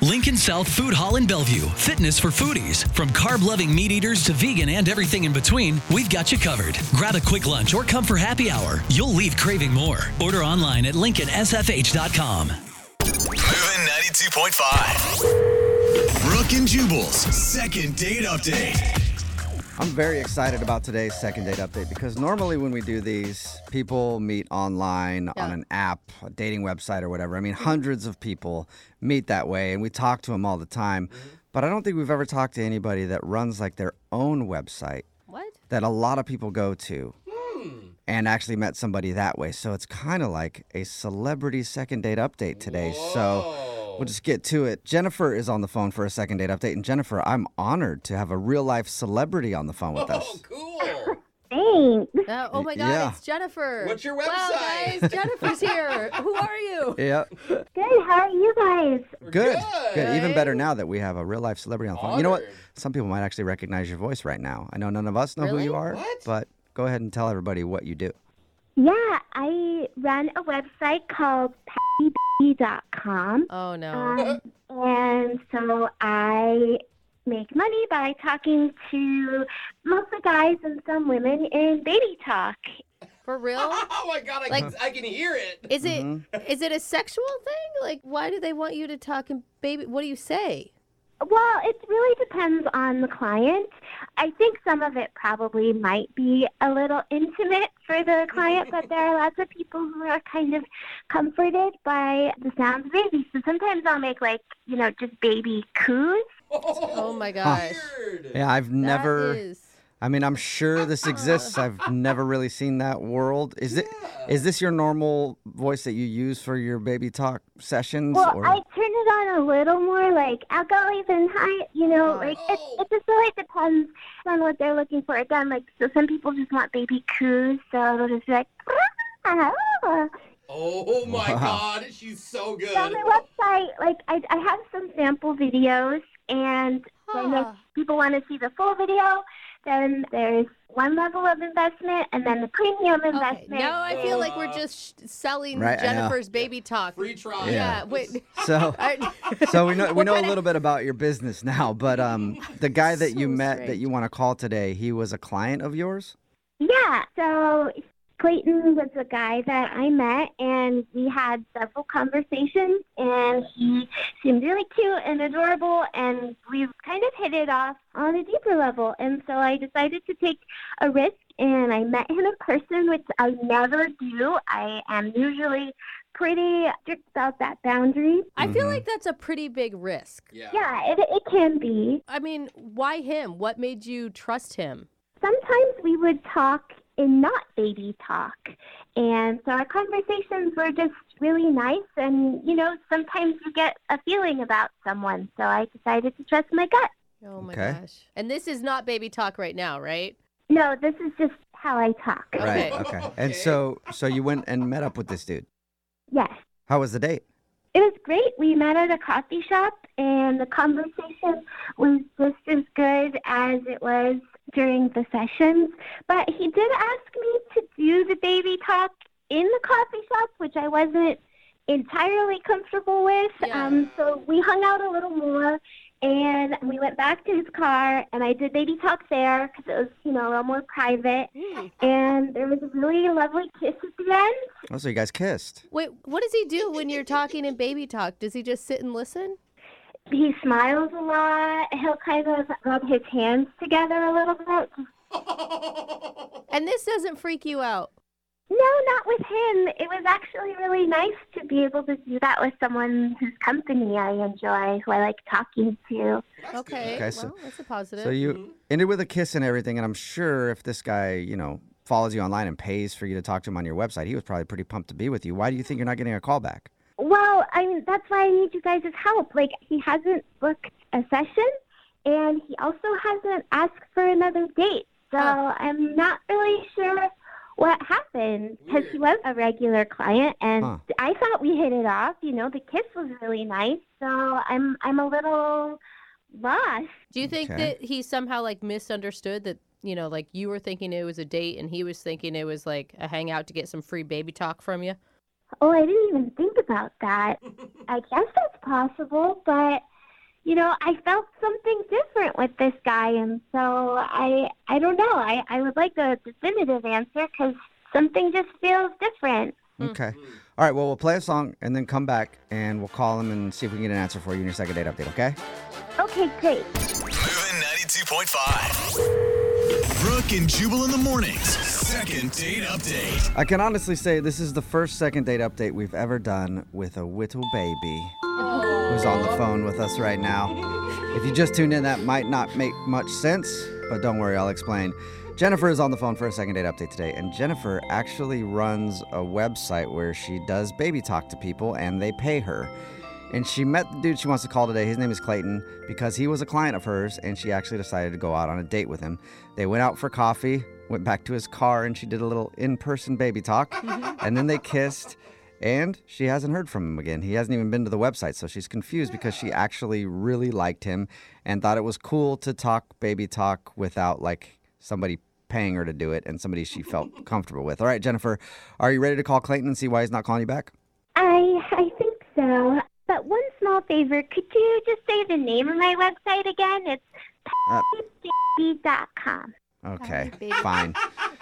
Lincoln South Food Hall in Bellevue. Fitness for foodies. From carb loving meat eaters to vegan and everything in between, we've got you covered. Grab a quick lunch or come for happy hour. You'll leave craving more. Order online at LincolnSFH.com. Moving 92.5. Brooke and Jubal's second date update. I'm very excited about today's second date update because normally when we do these, people meet online on an app, a dating website, or whatever. I mean, hundreds of people meet that way, and we talk to them all the time. But I don't think we've ever talked to anybody that runs like their own website What? that a lot of people go to Hmm. and actually met somebody that way. So it's kind of like a celebrity second date update today. So we'll just get to it. Jennifer is on the phone for a second date update. And Jennifer, I'm honored to have a real life celebrity on the phone with Oh, us. Cool. Thanks. Uh, oh my God! Yeah. It's Jennifer. What's your Wow, website? guys, Jennifer's here. Who are you? Yeah. Good. How are you guys? Good. Good. Even Good. better now that we have a real life celebrity on the phone. You know what? Honored. Some people might actually recognize your voice right now. I know none of us know who Really? you are, What? but go ahead and tell everybody what you do. Yeah, I run a website called PattyB.com. Oh no. Um, and so I make money by talking to mostly guys and some women in baby talk. For real? Oh my god, I, Like- can, I can hear it. Is it is Mm-hmm. it a sexual thing? Like, why do they want you to talk and baby? What do you say? Well, it really depends on the client. I think some of it probably might be a little intimate for the client, but there are lots of people who are kind of comforted by the sounds of babies. So sometimes I'll make like, you know, just baby coos. Oh my gosh. Weird. Yeah, I've That never. is- I mean, I'm sure this exists. I've never really seen that world. Is it? Is this your normal voice that you use for your baby talk sessions? Well, or- I turn it on a little more like alcoholies and high, you know, like it, it just really depends on what they're looking for. Again, like so some people just want baby coos, so they'll just be like, Oh my Wow. god, she's so good. on my website, like I, I have some sample videos, and then if Huh. people want to see the full video, then there's one level of investment, and then the premium Okay. investment. Now I feel like we're just sh- selling Right, I know. Jennifer's baby talk. Uh, Free trial. yeah. Yeah. Wait. so, I- so we know we What know a kind of- little bit about your business now. But um, the guy that you So met that strange. you want to call today, he was a client of yours. Yeah, so Clayton was a guy that I met, and we had several conversations, and he seemed really cute and adorable, and we kind of hit it off on a deeper level. And so I decided to take a risk, and I met him in person, which I never do. I am usually pretty strict about that boundary. I feel Mhm. like that's a pretty big risk. Yeah. Yeah, it, it can be. I mean, why him? What made you trust him? sometimes we would talk in not baby talk. And so our conversations were just really nice. And, you know, sometimes you get a feeling about someone. So I decided to trust my gut. Oh my Okay. gosh. And this is not baby talk right now, right? No, this is just how I talk. Right. Okay. Okay. And so, so you went and met up with this dude. Yes. How was the date? It was great. We met at a coffee shop, and the conversation was just as good as it was during the sessions. But he did ask me to do the baby talk in the coffee shop, which I wasn't entirely comfortable with. Yeah. Um, so we hung out a little more, and we went back to his car, and I did baby talk there because it was, you know, a little more private. And there was a really lovely kiss at the end. Oh, so you guys kissed. Wait, what does he do when you're talking in baby talk? Does he just sit and listen? he smiles a lot. He'll kind of rub his hands together a little bit. And this doesn't freak you out. No, not with him. It was actually really nice to be able to do that with someone whose company I enjoy, who I like talking to. Okay. Okay, well, so- that's a positive. So you ended with a kiss and everything. And I'm sure if this guy, you know, follows you online and pays for you to talk to him on your website, he was probably pretty pumped to be with you. Why do you think you're not getting a call back? Well, I mean, that's why I need you guys' help. Like, he hasn't booked a session, and he also hasn't asked for another date. So Huh. I'm not really sure what happened because he was a regular client, and Huh. I thought we hit it off. You know, the kiss was really nice. So I'm I'm a little lost. do you think Okay. that he somehow like misunderstood that, you know, like you were thinking it was a date and he was thinking it was like a hangout to get some free baby talk from you? Oh, I didn't even think about that. I guess that's possible, but you know, I felt something different with this guy, and so I I don't know. I I would like a definitive answer because something just feels different. Okay. All right. Well, we'll play a song and then come back and we'll call him and see if we can get an answer for you in your second date update. Okay. Okay, great. Moving 92.5. Brooke and Jubal in the mornings. Second date update. I can honestly say this is the first second date update we've ever done with a whittle baby who's on the phone with us right now. If you just tuned in, that might not make much sense, but don't worry, I'll explain. Jennifer is on the phone for a second date update today, and Jennifer actually runs a website where she does baby talk to people and they pay her. And she met the dude she wants to call today. His name is Clayton because he was a client of hers, and she actually decided to go out on a date with him. They went out for coffee, went back to his car, and she did a little in person baby talk. and then they kissed, and she hasn't heard from him again. He hasn't even been to the website, so she's confused because she actually really liked him and thought it was cool to talk baby talk without like somebody paying her to do it and somebody she felt comfortable with. All right, Jennifer, are you ready to call Clayton and see why he's not calling you back? I I think so. But one small favor, could you just say the name of my website again? It's Uh, baby.com. okay, Baby. fine.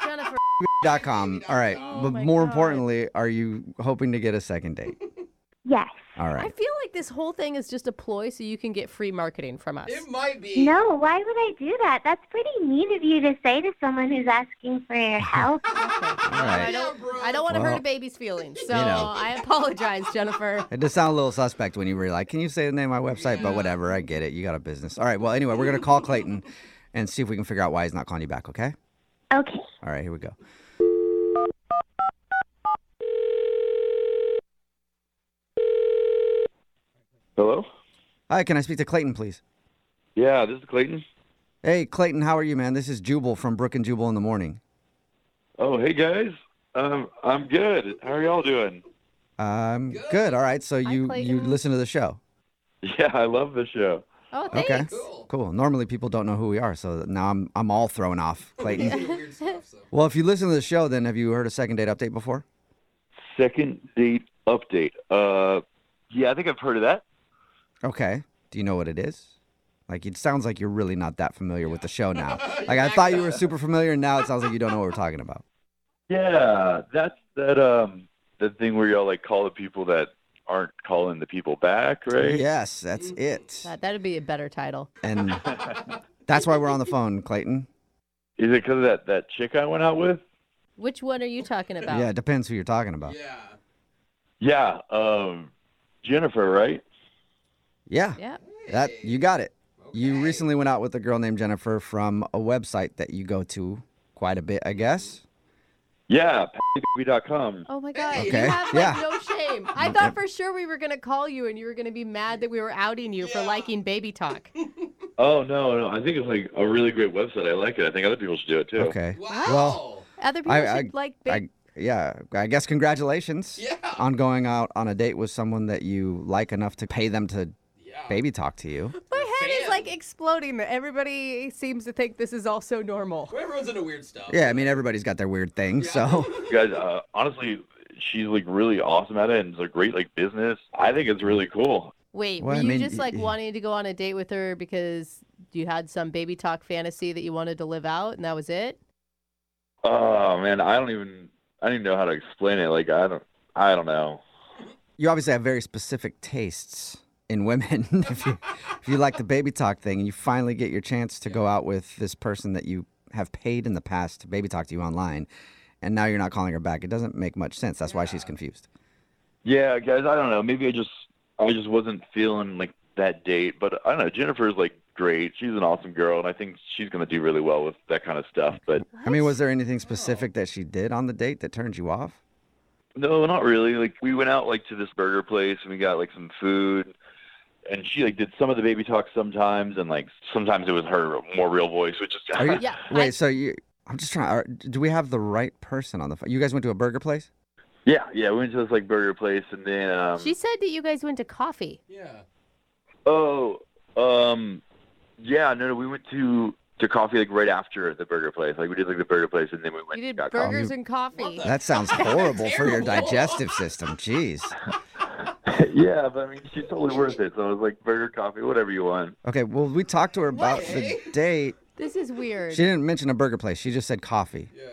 Jennifer. Dot com. All right, but Oh my more God. importantly, are you hoping to get a second date? Yes. All I right. feel like this whole thing is just a ploy so you can get free marketing from us. It might be. No, why would I do that? That's pretty mean of you to say to someone who's asking for your help. All I right. don't, I don't want to Well, hurt a baby's feelings, so know. I apologize, Jennifer. It does sound a little suspect when you were like, can you say the name of my website? But whatever, I get it. You got a business. All right, well, anyway, we're going to call Clayton and see if we can figure out why he's not calling you back, okay? Okay. All right, here we go. Hello? Hi, can I speak to Clayton, please? Yeah, this is Clayton. Hey, Clayton, how are you, man? This is Jubal from Brook and Jubal in the Morning. Oh, hey guys. Um, I'm good. How are y'all doing? Um, good. All right. So you you Clayton. listen to the show. Yeah, I love the show. Oh, thanks. Okay. Cool. Cool. Normally people don't know who we are, so now I'm I'm all thrown off, We Clayton. do weird stuff, so. well, if you listen to the show, then have you heard a second date update before? Second date update. Uh, yeah, I think I've heard of that. Okay. Do you know what it is? Like it sounds like you're really not that familiar with the show now. Like I thought you were super familiar, and now it sounds like you don't know what we're talking about. Yeah, that's that um that thing where y'all like call the people that aren't calling the people back, right? Yes, that's it. That, that'd be a better title. And that's why we're on the phone, Clayton. Is it because of that that chick I went out with? Which one are you talking about? Yeah, it depends who you're talking about. Yeah. Yeah, um, Jennifer, right? Yeah. Yeah. That you got it. You Okay. recently went out with a girl named Jennifer from a website that you go to quite a bit, I guess. Yeah, pattybaby.com. Oh my God. Okay. You have like, Yeah. no shame. I thought for sure we were going to call you and you were going to be mad that we were outing you for liking baby talk. Oh no, no, I think it's like a really great website. I like it. I think other people should do it too. Okay. Wow. Well- Other people I- should like I baby. yeah, I guess congratulations Yeah. on going out on a date with someone that you like enough to pay them to yeah. baby talk to you. My head is fan. like exploding. that Everybody seems to think this is also normal. Well, Everyone's into weird stuff. Yeah, I mean everybody's got their weird thing, so guys uh, honestly she's like really awesome at it and it's a great like business i think it's really cool Wait, Well, were I you mean, just like y- wanting to go on a date with her because you had some baby talk fantasy that you wanted to live out and that was it? oh man i don't even i don't even know how to explain it like i don't i don't know you obviously have very specific tastes in women if you if you like the baby talk thing and you finally get your chance to go out with this person that you have paid in the past to baby talk to you online and now you're not calling her back. It doesn't make much sense. That's why she's confused. yeah guys i don't know maybe i just i just wasn't feeling like that date but i don't know jennifer's like great she's an awesome girl and i think she's going to do really well with that kind of stuff but I mean, was there anything specific that she did on the date that turned you off? No, not really. Like we went out like to this burger place and we got like some food and she like did some of the baby talk sometimes and like sometimes it was her more real voice, which is Are you- Yeah. I- Wait, so you? I'm just trying. Are, do we have the right person on the phone? You guys went to a burger place? Yeah, yeah, we went to this like burger place and then um she said that you guys went to coffee. Yeah. Oh um yeah, no no, we went to to coffee like right after the burger place. Like we did like the burger place and then we went You did and got Um, coffee. burgers and coffee. What the- That sounds horrible for your Terrible. digestive system. Jeez. yeah, but I mean, she's totally worth it. So I was like, burger, coffee, whatever you want. Okay, well, we talked to her about the date. This is weird. She didn't mention a burger place. She just said coffee. Yeah.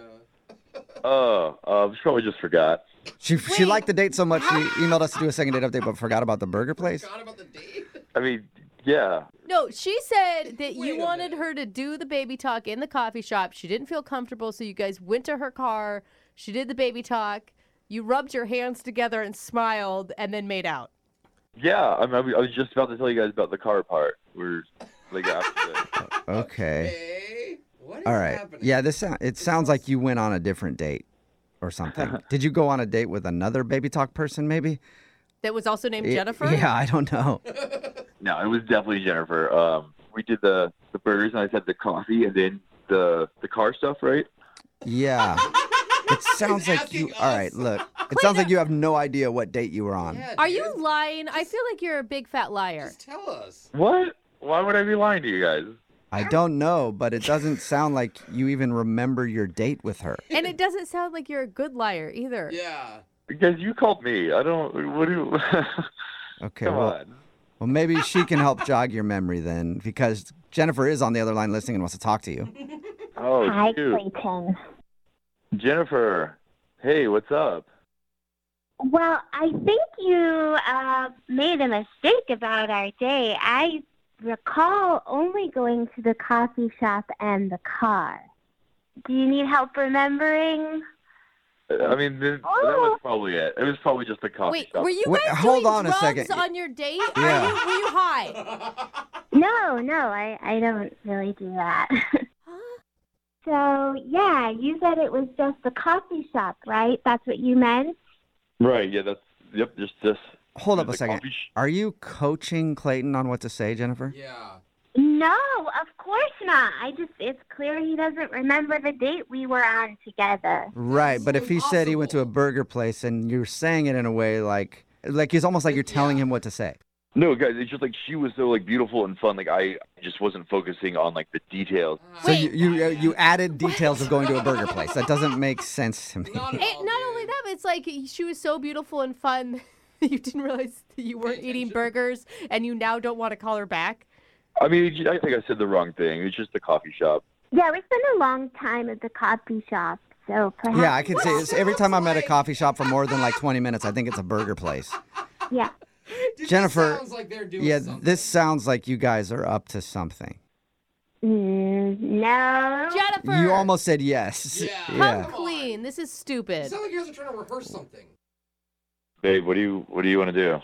Oh, uh, she probably just forgot. She she liked the date so much she emailed us to do a second date update, but forgot about the burger place. Forgot about the date. I mean, yeah, No, she said that Wait a you wanted her to do the baby talk in the coffee shop. She didn't feel comfortable, so you guys went to her car. She did the baby talk. You rubbed your hands together and smiled and then made out. yeah. I, mean, I was- I was just about to tell you guys about the car part. We're like after that. Okay. Hey, what is All right. happening? Yeah, this sound, it sounds like you went on a different date or something. Did you go on a date with another baby talk person maybe? That was also named It- Jennifer. yeah, I don't know. No, it was definitely Jennifer. Um, we did the the burgers, and I said the coffee, and then the the car stuff, right? Yeah. It sounds like you asking All right, us. look. It sounds like you have no idea what date you were on. Yeah, Are dude, you lying? I feel like you're a big fat liar. Just tell us. What? Why would I be lying to you guys? I don't know, but it doesn't sound like you even remember your date with her. And it doesn't sound like you're a good liar either. Yeah. Because you called me. I don't. What do you? Okay, Come well, on. well maybe she can help jog your memory then because Jennifer is on the other line listening and wants to talk to you. Oh, Hi, shoot. Clayton. Jennifer. Hey, what's up? Well, I think you uh, made a mistake about our day. I recall only going to the coffee shop and the car. Do you need help remembering? I mean, th- that Oh. was probably it. It was probably just a coffee Wait, shop. were you guys Wait, hold doing on a drugs second. on your date? Yeah. Are you, were you high? No, no, I, I don't really do that. so, yeah, you said it was just the coffee shop, right? That's what you meant? Right. Yeah. That's. Yep. Just this. Hold up a just second. coffee sh- Are you coaching Clayton on what to say, Jennifer? yeah. No, of course not. I just, it's clear he doesn't remember the date we were on together. Right, but if he said he went to a impossible. burger place and you're saying it in a way like like it's almost like you're telling him what to say. No, guys. It's just like she was so like beautiful and fun. Like I just wasn't focusing on like the details. So you you, uh, you added details of going to a burger place. That doesn't make sense to me. Not, at all, It, not dude. only that, but it's like she was so beautiful and fun. You didn't realize that you weren't eating burgers and you now don't want to call her back. I mean, I think I said the wrong thing. It's just a coffee shop. Yeah, we spent a long time at the coffee shop, so perhaps. Yeah, I can say it's every time I'm at a coffee shop for more than like 20 minutes, I think it's a burger place. yeah. Dude, this Jennifer, sounds like they're doing Yeah, something. this sounds like you guys are up to something. Mm, no. Jennifer, You almost said yes. Yeah. come Yeah. clean. This is It stupid. sounds like you guys are trying to rehearse something. Babe, what do you what do you want to do?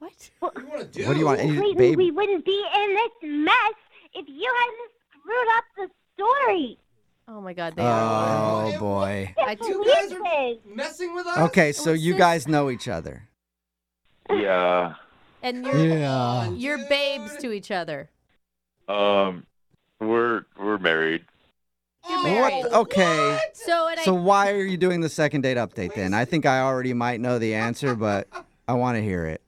What? What do you want to do? What do you want? to Hey, Clayton, babe, we wouldn't be in this mess if you hadn't screwed up the story. Oh my God, they are. Oh boy. I The You do- guys police are did. messing with us? Okay, so was you so guys know each other. Yeah. and you're, Yeah. you're Dude. babes to each other. Um, we're we're married. You're Oh, married. What? Okay. So and So I why are you doing the second date update then? I think I already might know the answer, but I want to hear it.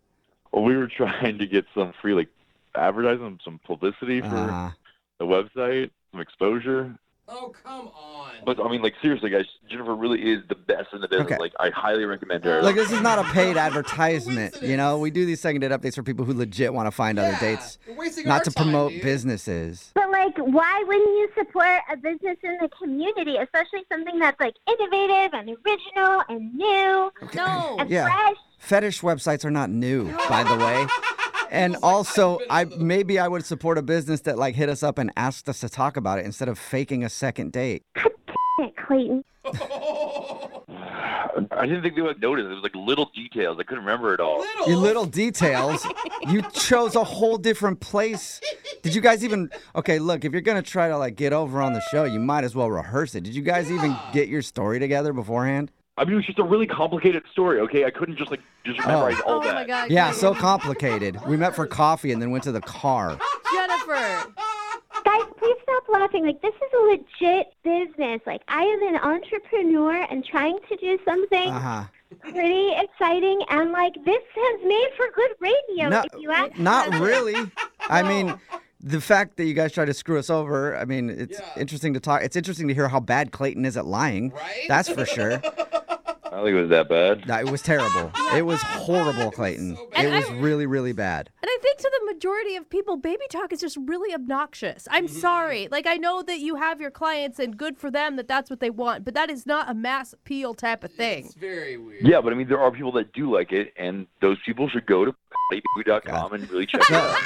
Well, we were trying to get some free like advertising, some publicity for Uh, the website, some exposure. Oh, come on. But I mean, like seriously, guys, Jennifer really is the best in the business. Okay. Like I highly recommend her. Uh, look, this is not a paid advertisement. You know, we do these second date updates for people who legit want to find other Yeah, dates, you're wasting our not to time, promote dude. businesses. But like, why wouldn't you support a business in the community, especially something that's like innovative and original and new no. and Oh, Yeah. fresh? Fetish websites are not new, by the way. And also, I maybe I would support a business that like hit us up and asked us to talk about it instead of faking a second date. Shit, Clayton. I didn't think they would notice. It was like little details. I couldn't remember it all. Little. Your little details. you chose a whole different place. Did you guys even? Okay, look, if you're gonna try to like get over on the show, you might as well rehearse it. Did you guys even get your story together beforehand? I mean, it was just a really complicated story. Okay, I couldn't just like just memorize all Oh that. my God. Yeah, Clayton. so complicated. We met for coffee and then went to the car. Jennifer. Guys, please stop laughing. Like, this is a legit business. Like, I am an entrepreneur and trying to do something Uh huh. pretty exciting and like this has made for good radio No, if you ask not me. really. I mean, the fact that you guys tried to screw us over. I mean, it's Yeah. interesting to talk. It's interesting to hear how bad Clayton is at lying. Right? That's for sure. I don't think it was that bad. No, it was terrible. It was horrible, Clayton. It was really, really bad. And I think to the majority of people, baby talk is just really obnoxious. I'm sorry. Like, I know that you have your clients and good for them that that's what they want, but that is not a mass appeal type of thing. It's very weird. Yeah, but I mean, there are people that do like it, and those people should go to com and really check it No, out.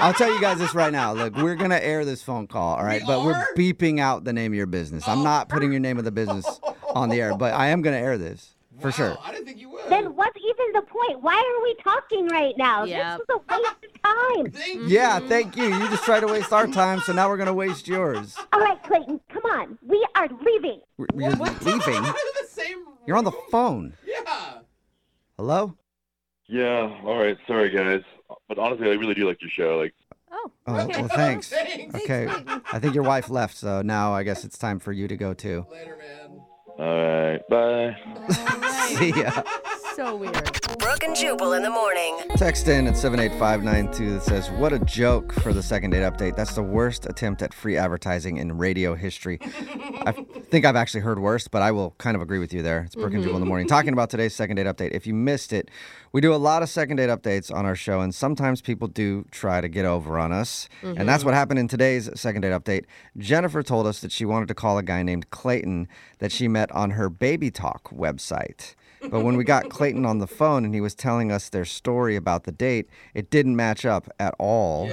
I'll tell you guys this right now. Look, we're gonna air this phone call, all right? We but we're are? beeping out the name of your business. I'm not putting your name of the business on the air, but I am gonna air this for Wow, sure. Oh, I didn't think you would. Then what's even the point? Why are we talking right now? Yeah. This was a waste of time. Thank you. Yeah, thank you. You just tried to waste our time, so now we're gonna waste yours. All right, Clayton, come on. We are leaving. We're- You're What? leaving. We're in the same You're on the room? phone. Yeah. Hello? Yeah, all right, sorry guys, but honestly, I really do like your show. Like, Oh, Oh, okay. well, thanks. Thanks. Okay. I think your wife left, so now I guess it's time for you to go too. Later, man. all right, bye. See ya. so weird. Brooke and Jubal in the morning. Text in at 78592 that says, What a joke for the second date update. That's the worst attempt at free advertising in radio history. I think I've actually heard worse, but I will kind of agree with you there. It's Brooke and Jewel in the morning. Talking about today's second date update. If you missed it, we do a lot of second date updates on our show, and sometimes people do try to get over on us. And that's what happened in today's second date update. Jennifer told us that she wanted to call a guy named Clayton that she met on her Baby Talk website. But when we got Clayton on the phone and he was telling us their story about the date, it didn't match up at all.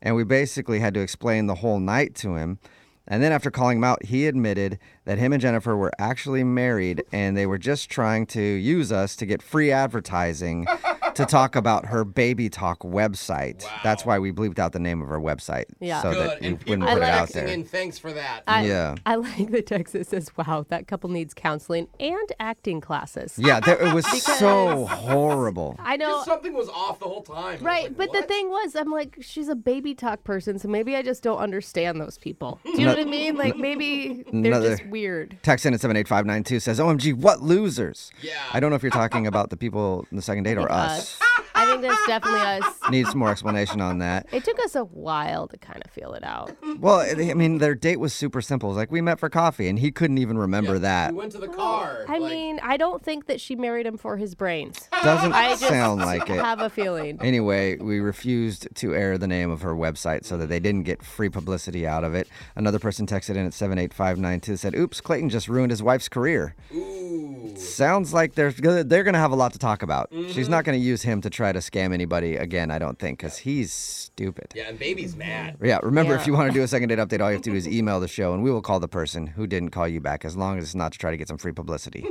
And we basically had to explain the whole night to him. And then after calling him out, he admitted that him and Jennifer were actually married and they were just trying to use us to get free advertising to talk about her Baby Talk website. That's why we bleeped out the name of her website. Yeah. So Good. that we and people wouldn't are put it out texting there. in. Thanks for that. I, Yeah. I like the text that says, wow, that couple needs counseling and acting classes. yeah, there, it was so horrible. I know. Just something was off the whole time. I was Right, like, but the what? thing was, I'm like, she's a baby talk person, so maybe I just don't understand those people. Do you know what I mean? Like, maybe they're Another- just weird. Text in at 78592 says, OMG, what losers? Yeah. I don't know if you're talking about the people in the second date or us. I think that's definitely us. Need some more explanation on that. It took us a while to kind of feel it out. Well, I I mean, their date was super simple. It's like, we met for coffee, and he couldn't even remember that. We went to the car. I like, mean, I don't think that she married him for his brains. Doesn't I just sound like it. have a feeling. Anyway, we refused to air the name of her website so that they didn't get free publicity out of it. Another person texted in at 78592 said, Oops, Clayton just ruined his wife's career. Ooh. Sounds like they're, go- they're going to have a lot to talk about. She's Mm-hmm. not going to use him to try to scam anybody again, I don't think, because he's stupid. Yeah, and baby's mad. Yeah, remember, if Yeah. you want to do a second date update, all you have to do is email the show and we will call the person who didn't call you back as long as it's not to try to get some free publicity.